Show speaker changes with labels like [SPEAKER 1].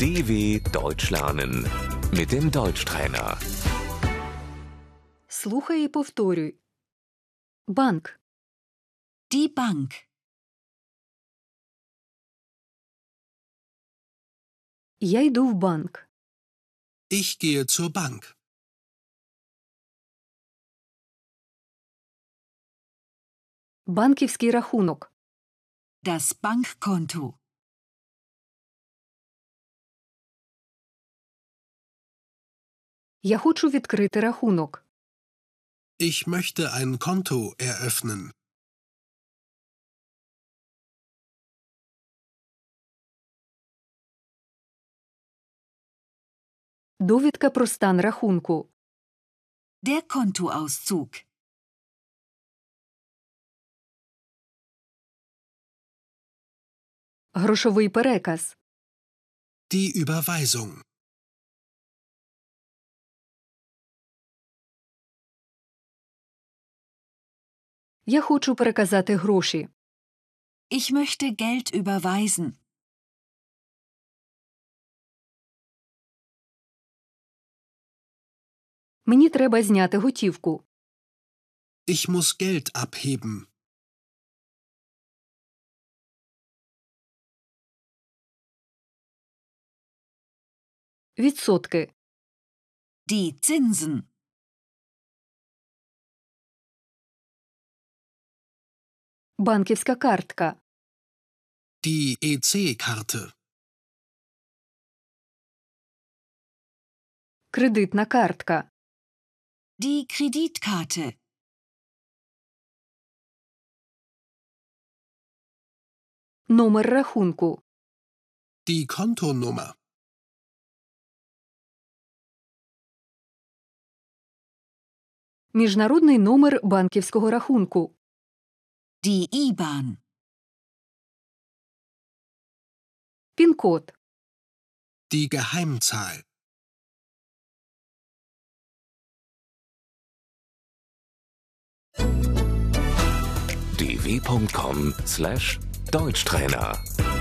[SPEAKER 1] DW Deutsch lernen mit dem Deutschtrainer.
[SPEAKER 2] Слухай і повторюй. Банк,
[SPEAKER 3] Die Bank.
[SPEAKER 2] я йду в банк.
[SPEAKER 4] Ich gehe zur Bank.
[SPEAKER 2] Банківський рахунок.
[SPEAKER 3] Das Bankkonto.
[SPEAKER 2] Я хочу відкрити рахунок.
[SPEAKER 4] Ich möchte ein Konto eröffnen.
[SPEAKER 2] Довідка про стан рахунку.
[SPEAKER 3] Der Kontoauszug.
[SPEAKER 2] Грошовий переказ.
[SPEAKER 4] Die Überweisung.
[SPEAKER 2] Я хочу переказати гроші.
[SPEAKER 3] Ich möchte Geld überweisen.
[SPEAKER 2] Мені треба зняти готівку.
[SPEAKER 4] Ich muss Geld abheben.
[SPEAKER 2] Відсотки.
[SPEAKER 3] Die Zinsen.
[SPEAKER 2] Банківська картка.
[SPEAKER 4] Die E EC-Karte.
[SPEAKER 2] Кредитна картка.
[SPEAKER 3] Die Kreditkarte.
[SPEAKER 2] Номер рахунку.
[SPEAKER 4] Die Kontonummer.
[SPEAKER 2] Міжнародний номер банківського рахунку.
[SPEAKER 3] Die IBAN.
[SPEAKER 2] Пін-код.
[SPEAKER 4] Die Geheimzahl.
[SPEAKER 1] dw.com/deutschtrainer